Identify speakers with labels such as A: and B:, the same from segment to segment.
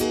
A: le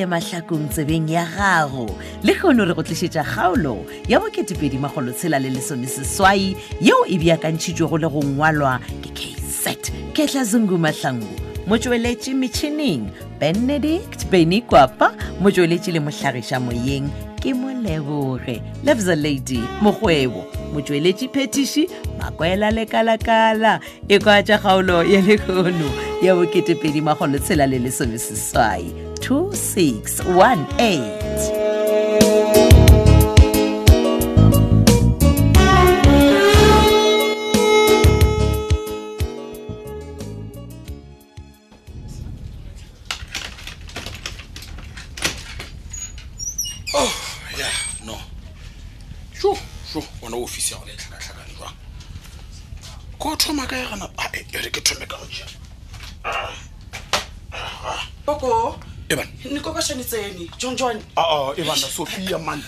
A: e mahlakong tsebeng ya gago le kgono re go tlišetša kgaolo ya bo2edimagolotshela le lesomeseswai yeo e beakantšhitšwego le go ngwalwa ke kz ketla zungu mahlangu motsweletši metšhineng benedict beny kwapa motsweletši le mohlagiša moyeng ke moleboge lebza lady mokgwebo motsweletši phetiši makwela lekalakala e kwa tša kgaolo ya lekgono ya bo2edimagolotshela le lesomeseswai 2618
B: oh ya no sho sho wona ofisi ya gona e tlhakatlhakane jwang ko thoma ka gana e re ke thome ka go jea
C: koko
B: eban
C: ni ko ka swanetsene john john
B: aa ebana Ah, sophia man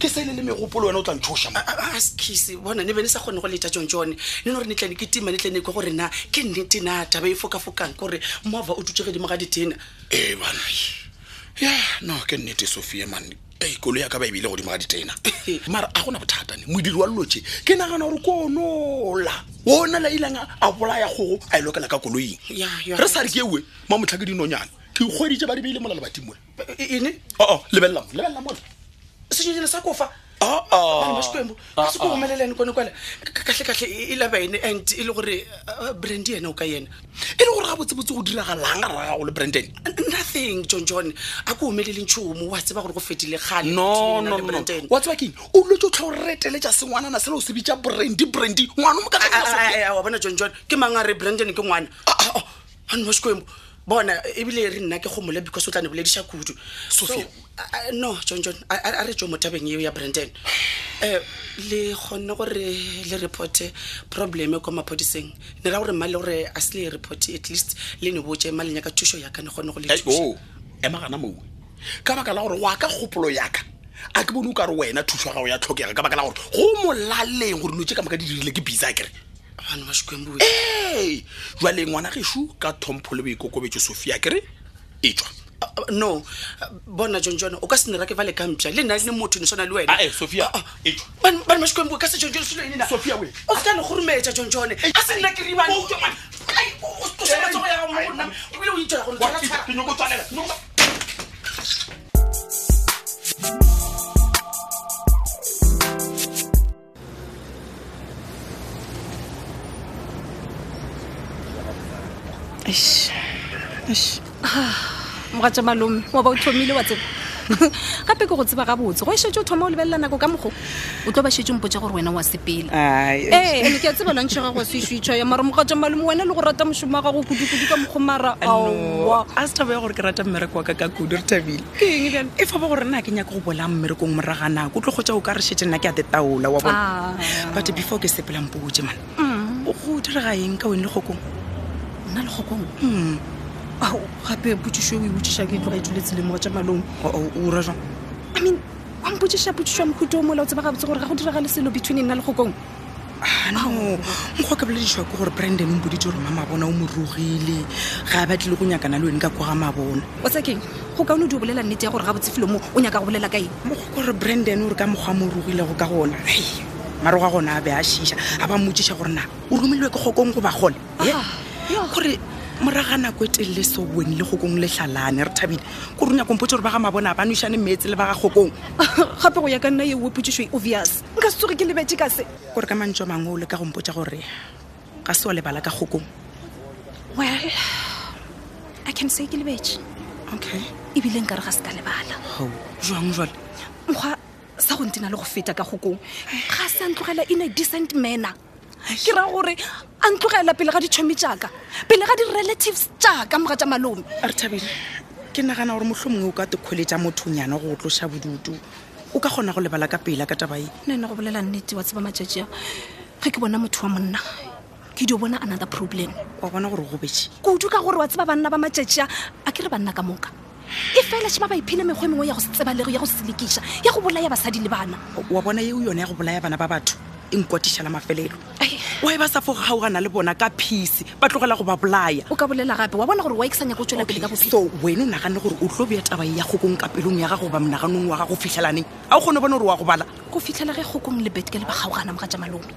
B: ke sa e le le megopolo wena o tla ntshoša mo
C: askise bona ne be ne sa kgone go leta john john ne no re ne tlane ke tima ne tlane kwa gore na ke nnete na taba e fokafokang kore moava o dutse godimo ga ditena
B: ebana Eh, ya no ke nnete sophia man e kolo ya ka ba ebile godimo ga ditena Eh, mara a gona bothatane modiri wa lelotse ke nagana gore ko onola ona la ileng a- a bolaya kgogo a e lokela ka koloing
C: Ya, you are
B: re sa re ke ewe ma motlha ke dinonyana ke kgweditse ba di beile mola lebating Oh, mola
C: E- ene
B: oo lebelela mo lebelela mola
C: senyonyana sa kofa
B: Oh,
C: bana ba
B: aa
C: xikwembu a
B: ah.
C: se ko omelelane kone kwala katlhekatlhe e laba ene and e le gore uh, brand yena o ka yena
B: e le gore ga botsebotse go diragalang ra gago le branden
C: nothing john john a ko omelele ntšhomo wa tseba gore go fetile kgale
B: no
C: between yena
B: no
C: le
B: no
C: Brandon.
B: wa tseba keng o lwetse o tlha o reteletša sengwanana selo o se bitša brandy brandy ngwana o
C: Ah, ah, ah,
B: mokaa
C: ah, ah, wa bona john john ke mang a re brandon ke ngwana Ah, ane wa sekwembo bona ebile re nna ke gomola because o tla ne bolediša kudu
B: Sophia.
C: So, ah, ah, no john john a- a a re tso mo tabeng eo ya brandon um le kgonne gore le reporte probleme kwa maphodiseng ne ra gore mma le gore a se le reporte at least le ne bootse mma lenyaka thuso yaka ne kgonne go le
B: oh.
C: thusa
B: ema gana moue ka baka la gore wa ka kgopolo yaka a ke bone o ka re wena thuso ya gago ya tlhokega ka baka la gore go molaleng gore dilo tse ka moka di dirile ke bisa kere
C: ane wa Eh, sekwembo
B: ee jwale ngwana gešo ka thompho le boikokobetso sophia kere e tswa
C: Ah, ah, no ah, bona john john o ka se ne ra ke ba le kampša le nna le motho ne swana le wena
B: Ae, Sophia,
C: Ah, ah.
B: etšwa.
C: Bana- bana ba Xikwembu, o ka se john john selo ene na
B: Sophia, we.
C: o se ka ne gorumetša john john a se nna ke rimane
B: Oh, John.
C: Ai, o- o- o sheba tsogo ya gago mo go nna, ebile o itšwa ya gore tshwara, tshwara.
D: mogatša malome wa ba o thomile wa tseba gape ke go tseba gabotse go e šetse o thoma o lebelela nako ka mokgo o tlo ba šetse mpotse gore wena wa sepela ee Eh, ene ke a tseba lantšhega go sešwitšha ya mara mogatša malome wena le go rata mošomo wa gago kudu-kudu ka mokgo mara aowa
E: a se taba ya gore ke rata mmereko wa ka ka kudu re thabile
D: ke eng bjale
E: e fa ba gore nna ha ke nyaka go bolang mmerekong moraga nako o tlo kgotsa o ka re shete nna ke a tetaola wa bona
D: Ah. Mm,
E: but before ke sepelang poje man o go direga eng ka weng le gokong
D: nna le gokong ao gape potsišo o e botsiša ke tloga e tsweletse le mogatša malome
E: ora jang
D: i mean wa mpotsiša potsišo ya mokhuto o mola o tseba gabotse gore ga go diraga le selo between nna le gokong
E: ano mokgwa ka boledišwa ke gore branden o mpoditse gore mama bona o morogile ga a batlile go nyakana le wene ka kwa ga mabona
D: o tsakeng go kaone o di o bolela nnete ya gore ga botsefelo mo o nyaka go bolela ka eng
E: mokgwa kore branden o re ka mokgwa mo rogilego ka gona hei, mare ga gona a be a šiša a ba mmotsiša gore na o romilwe ke kgokong go ba gole He? gore moraga nako e telele se o bone le kgokong le hlalane re thabile kore o nyakompotse gore ba ga mabona ba noišane metse le ba ga kgokong
D: gape go ya ka nna ye oepotsiso e obvious nka se tsoge ke lebetse ka se
E: kore ka mantso a mangwe o le ka gompotsa gore ga se wa lebala ka kgokong
D: well i can say ke lebetse
E: okay
D: ebile nka re ga se ka lebala
E: ho jwang jwale
D: mokgwa sa go ntena le go feta ka gokong ga se a ntlogela in a decent manner ke ra gore a ntlogela pele ga ditšhomi jaaka pele ga di-relatives jaaka moga tsa malome
E: a re thabile ke nagana gore motlho mongwe o ka tekgoletsa mothonyana go o tloša bodutu o ka kgona go lebala ka pela ka tabae
D: nna ena go bolela nnete wa tseba matšatši a ge ke bona motho wa monna ke dio bona another problem
E: wa bona gore o gobetse
D: kudu ka gore wa tseba banna ba matšatši a a ke re banna ka moka e fela šhe ba ba iphile mekgwa e mengwe ya go se tsebalego ya go se selekiša ya go bolaya basadi le bana
E: wa bona eo yone ya go bolaya bana ba batho e nkwatisala mafelelo wa e ba sa foga gaogana le bona ka phisi ba tlogela go ba bolaya
D: o ka bolela gape wa bona gore wa ekisanya ko tswela pele ka bophelo
E: so wena o nagane gore o tlo bea taba ya kgokong ka pelong ya gago ba monaganong wa gago fitlhelaneng a o kgone bone gore wa go bala
D: go fitlhela ge kgokong le betke le ba kgaogana moga tja malome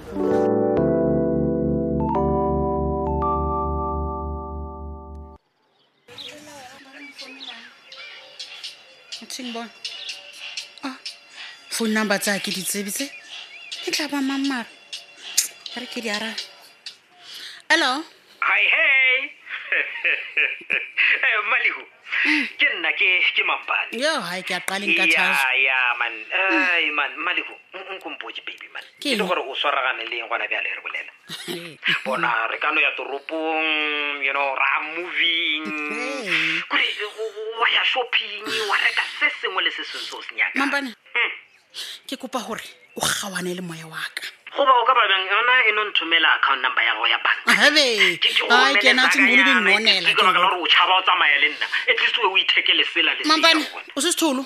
F: thingbone a Ah, phone number tsa ke di tsebitse e tla ba mammara a re ke di arabe hello
G: hai hei Eh, malihu ke nna ke ke mampane
F: yo hai ke a qaleng ka
G: ya
F: thaso
G: ya man ai man malihu nkompoje baby man
F: Ke
G: e le
F: eng?
G: gore o swaragane le eng gona bjale re bolela bona re kano ya toropong you know ra moving
F: Hey.
G: kore o- o- wa ya shopping wa reka se sengwe le se sengwe se o se nyaka
F: mampane
G: Hmm.
F: ke kopa gore o kgawane le moya wa ka
G: goba o ka babang yona e no nthomela account number ya go ya banka
F: abe
G: Ke- ke go
F: ai
G: romele
F: kena
G: tsaka
F: tsimolo di
G: yana, ke-
F: nnonela
G: ke ka baka la gore o tšhaba o tsamaya le nna at least o e o ithekele sela le sela
F: mampane
G: gona.
F: usisithulu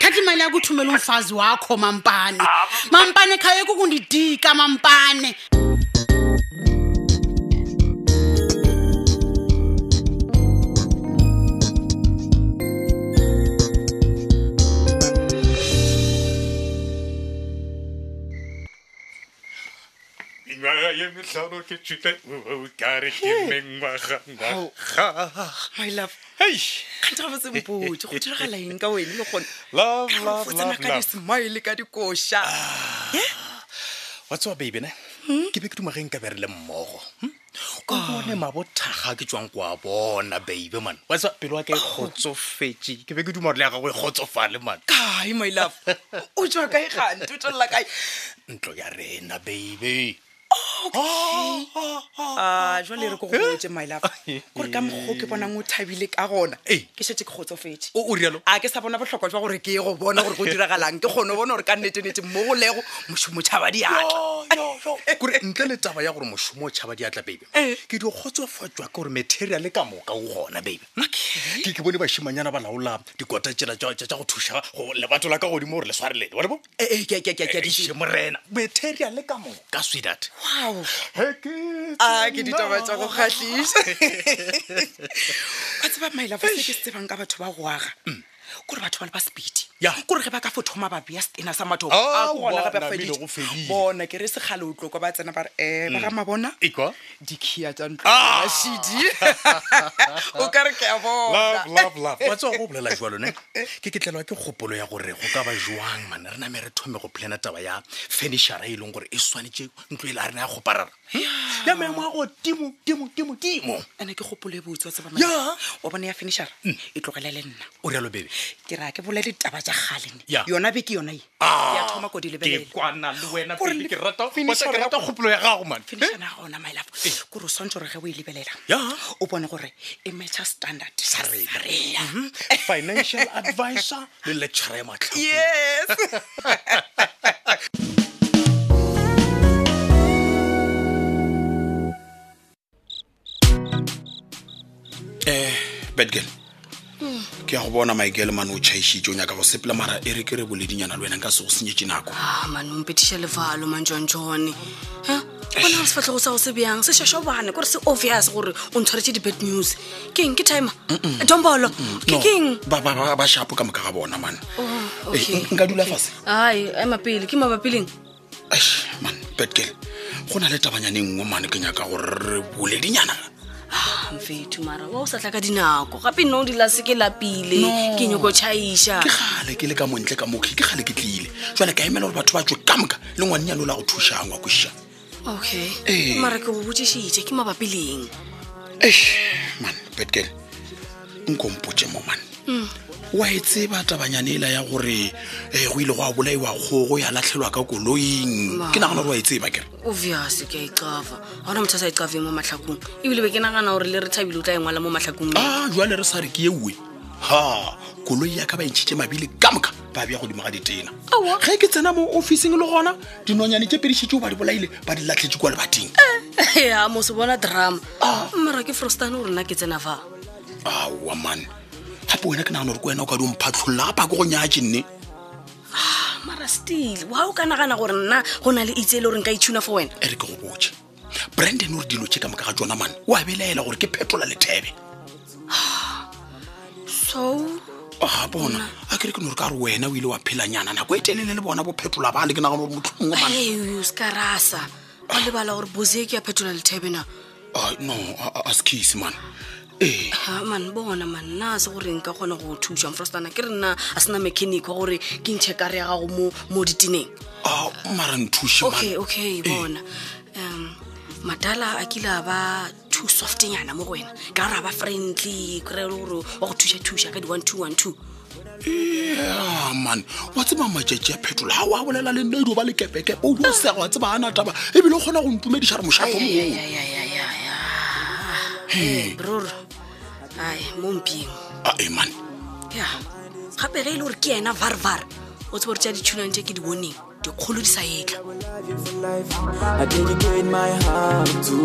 F: thatha imali yakho uthumele umfazi wakho mampane
G: Ah.
F: mampane khaya kukundidika mampane
H: mengwaga ye metlhano ke tswile oo ka re ke mengwagangwaga
E: my love
H: hei
E: kante ga ba sempotse go diragala eng ka wene le gone
H: love love
E: fotsena
H: love
E: ka
H: love
E: di-smile ka dikoša
H: wa tsewa babene ke be ke dumageng ka bere le mmogo hm? o bone mabothaga ke tswang ko a bona babe man wa tsewa pelo wa ka e kgotsofetse ke be ke duma gore le ya gago e kgotsofale man
E: kae my love o tswa kae gante o tswelela kae
H: ntlo ya rena Ah, babe
E: a jwale re ko go botse my love gore ka mokgwa o ke bonang o thabile ka gona
H: Ee.
E: ke shetse ke kgotsofetse
H: o o rialo
E: a ke sa bona botlhokwa jwa gore ke ye go bona gore go diragalang ke kgone o bona gore ka nnetenete mmo go lego mošomotšhaba diatla
H: Ah, kore ntle le taba ya gore mošomo o tšhaba diatla babe ke di kgotsofatswa ke gore materiale ka moka o gona babe ke ke bone bašimanyana ba laola dikota tsena tša tša- tša go thuša go lebato la ka godimo gore le sware lele wa le bo
E: ee ke a- ke a- ke a- ke a di tseba.
H: morena materiale ka moka swedat
E: Wow. a Ah, ke ditaba tsa go kgatlhisa wa tseba maela fa se ke se tsebang ka batho ba go aga kore batho ba le ba sepedi
H: Ya.
E: kore ge ba ka fothoma ba bea setena sa mathogo
H: Ah,
E: a
H: bona,
E: ke gona gape a
H: mmele
E: feditše.
H: go fedile.
E: bona ke re segale o tlo kwa ba tsena ba re um ba ga mabona
H: Ikwa?
E: dikhia tsa
H: Ah!
E: ntloashidi Ah, o ka re ke a bona
H: wa tsewa go bolela jwa lone ke ke tlelwa ke kgopolo ya gore go ka ba jwang mane re name re thome go plana taba ya furnišara e leng gore e swanetse ntlo e le a rena ya goparara ya maemo a go timo timo timo timo
E: ande ke gopolo e botse wa tseba
H: Ya.
E: Maela. wa bone ya finishara e tlogele le nna
H: o rialo bebe
E: ke ra ke bola ditaba tsa galene
H: Ya.
E: yona be ke yona e
H: Ah,
E: ke a thoma ko di
H: ke
E: lebelela
H: kwana le wena
E: Gore
H: baby, ke
E: le-
H: rata
E: finisher
H: ke rata kgopolo ya gago man
E: finishana ga ona my love kore o swantse gore ge o e lebelela
H: Ya.
E: o bone gore e matcha standard sa
H: rena.
E: rena
D: Mm-hmm.
H: financial advisor le lecturer ya matlhao
E: yes
B: bedgirl Eh, ke ya go bona maikele mane o tšhaišitse o nyaka go sepela mara e re ke re boledinyana le wena nka se go senyetse nako
D: a manompetiša levalo manjonjone bona ga sefatlhego sa go se bjang se šašobane kore se obvious gore o ntshwaretse di-bad news ke eng ke timer dombolo ke keng
B: ba ba- ba- ba shapo ka moka ga bona mane
E: Oh,
D: okay,
B: nka dula fase
D: ai ema pele ke mabapileng
B: Eish, man bedgirl go na le tabanyane nngwe mane ke nyaka gore re boledinyana
D: mfetho Ah, mara wa o sa tla ka dinako gape nna o dilase ke lapile ke nyoko tšhaiša
B: ke gale ke le ka montle ka mokhi ke gale ke tlile jale ka emela gore batho ba tswe ka moka le ngwannyane o la go thušang wa kwešišang
D: okay
B: Eh.
D: mara ke go botsišitše ke mabapileng
B: Eish, man betgel nkompotse mo man wa e tseba tabanyane ela ya gore um go ile go a bolaiwa kgogo ya latlhelwa ka koloing ke nagana gore wa e tseba kere
D: obvious ke a e iqafa ga gona motho a sa iqafeng mo matlhakong ebile be ke nagana gore le re thabile o tla engwala mo matlhakong
B: a jale re sa re ke euwe ha koloi ya ka ba e ntšhitše mabile ka moka ba bja godimo ga ditena
D: Aowa.
B: ge ke tsena mo officing le gona dinonyane tše pedišitšeo ba di bolaile ba di latlhetse kwa lebating
D: ya mo se bona drama mmara ke frostane gore nna ke tsena fa
B: aowa man gape wena ke nagana gore ke wena o ka di omphatlholola gapa ke go nyatše nne
D: mara
I: stele wa o ka nagana gore nna go na le itse e le gore nka itshuna for wena
B: e re ke go botse branden ore dilo tse ka moka ga tsona mane o a belaela gore ke phetola lethebe
I: so
B: a Ah, bona
E: Mm.
B: a kere ke no re ka re wena o ile wa phelanyana nako e telele le bona bo phetola bale ke nagana gore motlho mongwe mane
I: Eyo, se ka rasa o lebala gore bose e ke ya phetola lethebena
B: Ah, no a- a- a skise mane ee
I: man bona man nna a se gore nka kgona go thusang frostana ke re nna a sena mechanic wa gore ke ntšhe kare ya gago mo- mo ditineng
B: a mara nthuse
I: okay
B: mane
I: okay bona um matala a kile a ba two softenyana mo go wena ka gore a ba friendly kry gore wa go thuša-thuša ka di-one two one two
B: a mane wa tseba matšatši a phetola ga o a bolela le nna edio ba lekepekepe o dio sega wa tseba ana taba ebile o kgona go ntumediša re mošapo moo
I: bror ai mo mpieng
B: a e mane
I: ya gape ge e le gore ke ena varvar o tsebo gore tsa ditshunang tse ke di boneng dikgolo di sa etla
J: I dedicate my heart to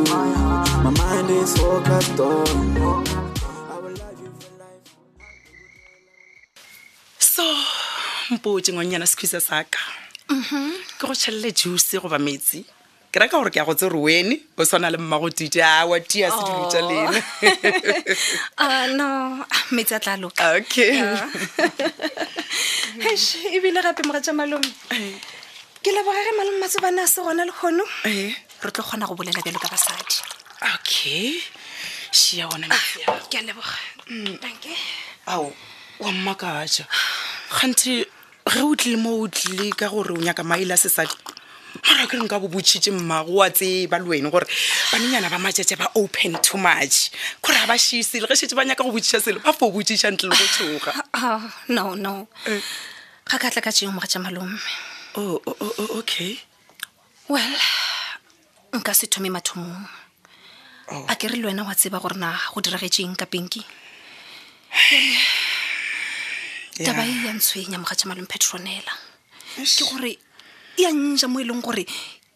J: My mind is focused on you. I will love you for life.
E: so mpotse ngwanyana sekhwisa sa ka
I: Mm-hmm.
E: ke go tšhelele juice goba metsi ke reka gore ke ya go tse rowene o tshwana le mmago tite a wa tia
I: Oh.
E: sedilo tša lena
D: Ah, no ah, metsi a tla loka
E: okay
D: Eish, ebile gape mogatša malome ke leboga ge malome matsobane a se gona le kgono
E: Eh,
D: re tlo kgona go bolela bjalo ka basadi
E: okay šia ona
I: Ah.
E: metsi ao.
D: ke a leboga Mm, tanke
E: ao wa mmakaja kgante ge o tlile mo o tlile ka gore o nyaka maele a sesadi mara ke re nka bo botšhitše mmago wa tseba le wene gore banenyana ba matšatša ba open too much kore ga ba šise le ge šetse ba nyaka go botšiša selo ba fo botšiša ntle le go tshoga
D: Ah, no no ga ka tla ka tšeo mogatša malome
E: Oh, oh, oh, oh, okay
D: well nka se thome mathomong
I: Oh.
D: a ke re le wena wa tseba gore na go diragetseng ka penki
E: Yeah.
D: taba e ya ntshwenya mogatša malome petronela ke gore e ya nja mo e leng gore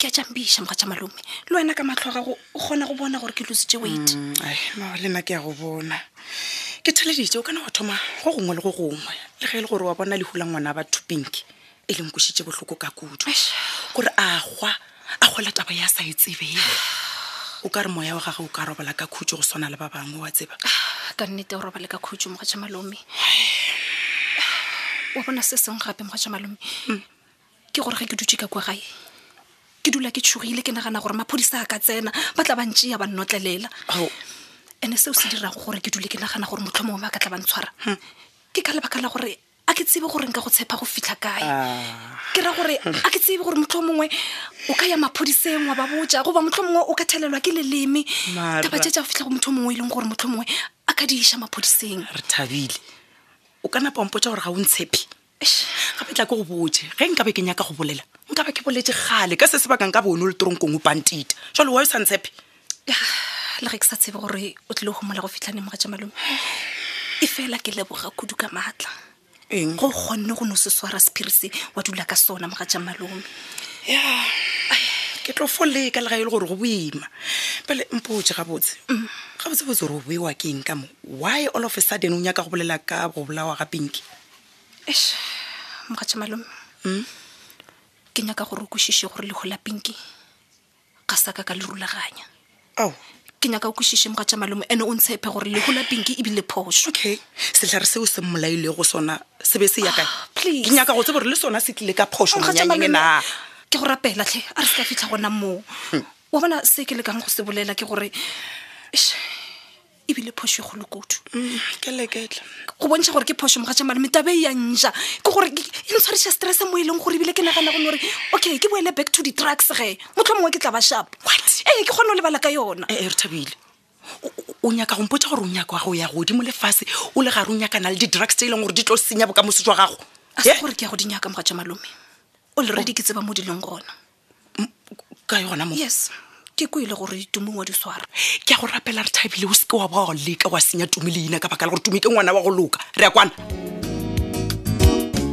D: ke a jampiša mogatša malome le wena ka matlho a gago o kgona go bona gore ke lositse weight
E: Mm, ai, mara le nna ke ya go bona ke theleditse o kana wa thoma go gongwe le go gongwe le ge e le gore wa bona lehula ngwana ba thopinki e leng kositse botlhoko ka kudu gore a gwa a gola taba ya sa e tsebeng o ka re moya wa gage o ka robala ka khutso go tshwana le ba bangwe wa tseba
D: ka nnete o robale ka khutso mogatša malome wa bona se seng gape mogatša malome ke gore ge ke dutse ka kwa gae ke dula ke tshogile ke nagana gore maphodisa a ka tsena ba tla bantšea ba nnotlelela
E: ao
D: ande seo se dirang gore ke dule ke nagana gore motlho mongwe ba ka tla ba ntshwara ke ka lebaka la gore a ke tsebe gore nka go tshepa go fitlha kae ke ra gore a ke tsebe gore motlho mongwe o ka ya maphodiseng wa ba botja goba motlho mongwe o ka thelelwa ke leleme
E: Mara.
D: taba tse tsa go fitlha go motlho mongwe e leng gore motlho mongwe a ka di iša maphodiseng
E: re thabile o ka napa mpotsa gore ga o ntshepe gape tla ke go botse ge nkabe ke nyaka go bolela nkabe ke boletse gale ka se sebaka nka bone o le toronkong o pantita jalo wa o sa ntshepe
D: le ge ke sa tsebe gore o tlile go mola go fitlhane moga ja malome e fela ke leboga kudu ka maatla
E: eng
D: go kgonne go ne o se swara sephiri se wa dula ka sona moga ja malome
E: ya ai, ke tlo foleka le ga e le gore go boima pele mpotse gabotse gabotsebotse gore o boewa ke eng ka mo why all of a sudden o nyaka go bolela ka go bolawa ga pinki
D: es moga ja malome ke nyaka gore o kwešiše gore lego la pinki ga sa ka ka le rulaganya
E: ao
D: ke nyaka o kwešiše moga ja malome ene o ntshepe gore lego la pinki e ebile phoso
E: okay setlhare seo se mmolaile go sona se be se yakae
D: Ah, please.
E: ke nyaka go tse gore le sona se tlile ka phoso
D: Mogatša
E: monyanyeng
D: malome,
E: na Hmm.
D: ke go rapelatlhe a re se ka fitlha gona moo wa bona se ke lekang go se bolela ke gore eish, ebile phoso e golo kudu
E: Mm, ke leketla
D: go bontsha gore ke phoso mogatša malome tabe e ya nja ke gore ke- e ntshwarisha stress mo e leng gore ebile ke nagana gone gore okay ke boele back to di-trucks ge motlho mongwe ke tla ba sharp ee ke kgone o lebala ka yona
E: ee re thabile O- o- o nyaka gompotsa gore o nyaka go ya godimo lefatshe o le gare o nyakana le di-drugs tse e leng gore di tlo senya bokamoso jwa gago Eh?
D: a se gore ke ya go dinyaka mogatša malome o leredi ke tseba mo di leng gona
E: ka yona mo
D: yes ke ko ile gore tumong wa di swara
E: ke a go rapela re thabile o seke wa ba wa leka wa senya tumi leina ka baka la gore tumi ke ngwana wa go loka re ya kwana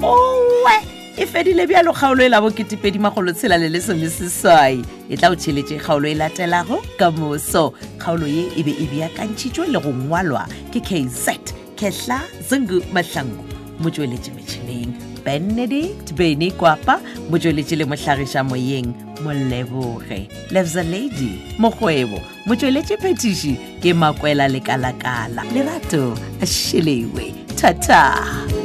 A: owe e fedile bjalo kgaolo e labo ketepedimagolotshela le lesomeseswai e tla o tšheletše kgaolo e latelago ka moso kgaolo ye e be e beakantšhitšwe le go ngwalwa ke kz kehla zungu mahlangu motsweletše metšhineng benedict beny kwapa motsweletši le mohlagiša moyeng moleboge lefza lady mokgwebo motsweletši phetiši ke makwela lekalakala lerato a šelewe thata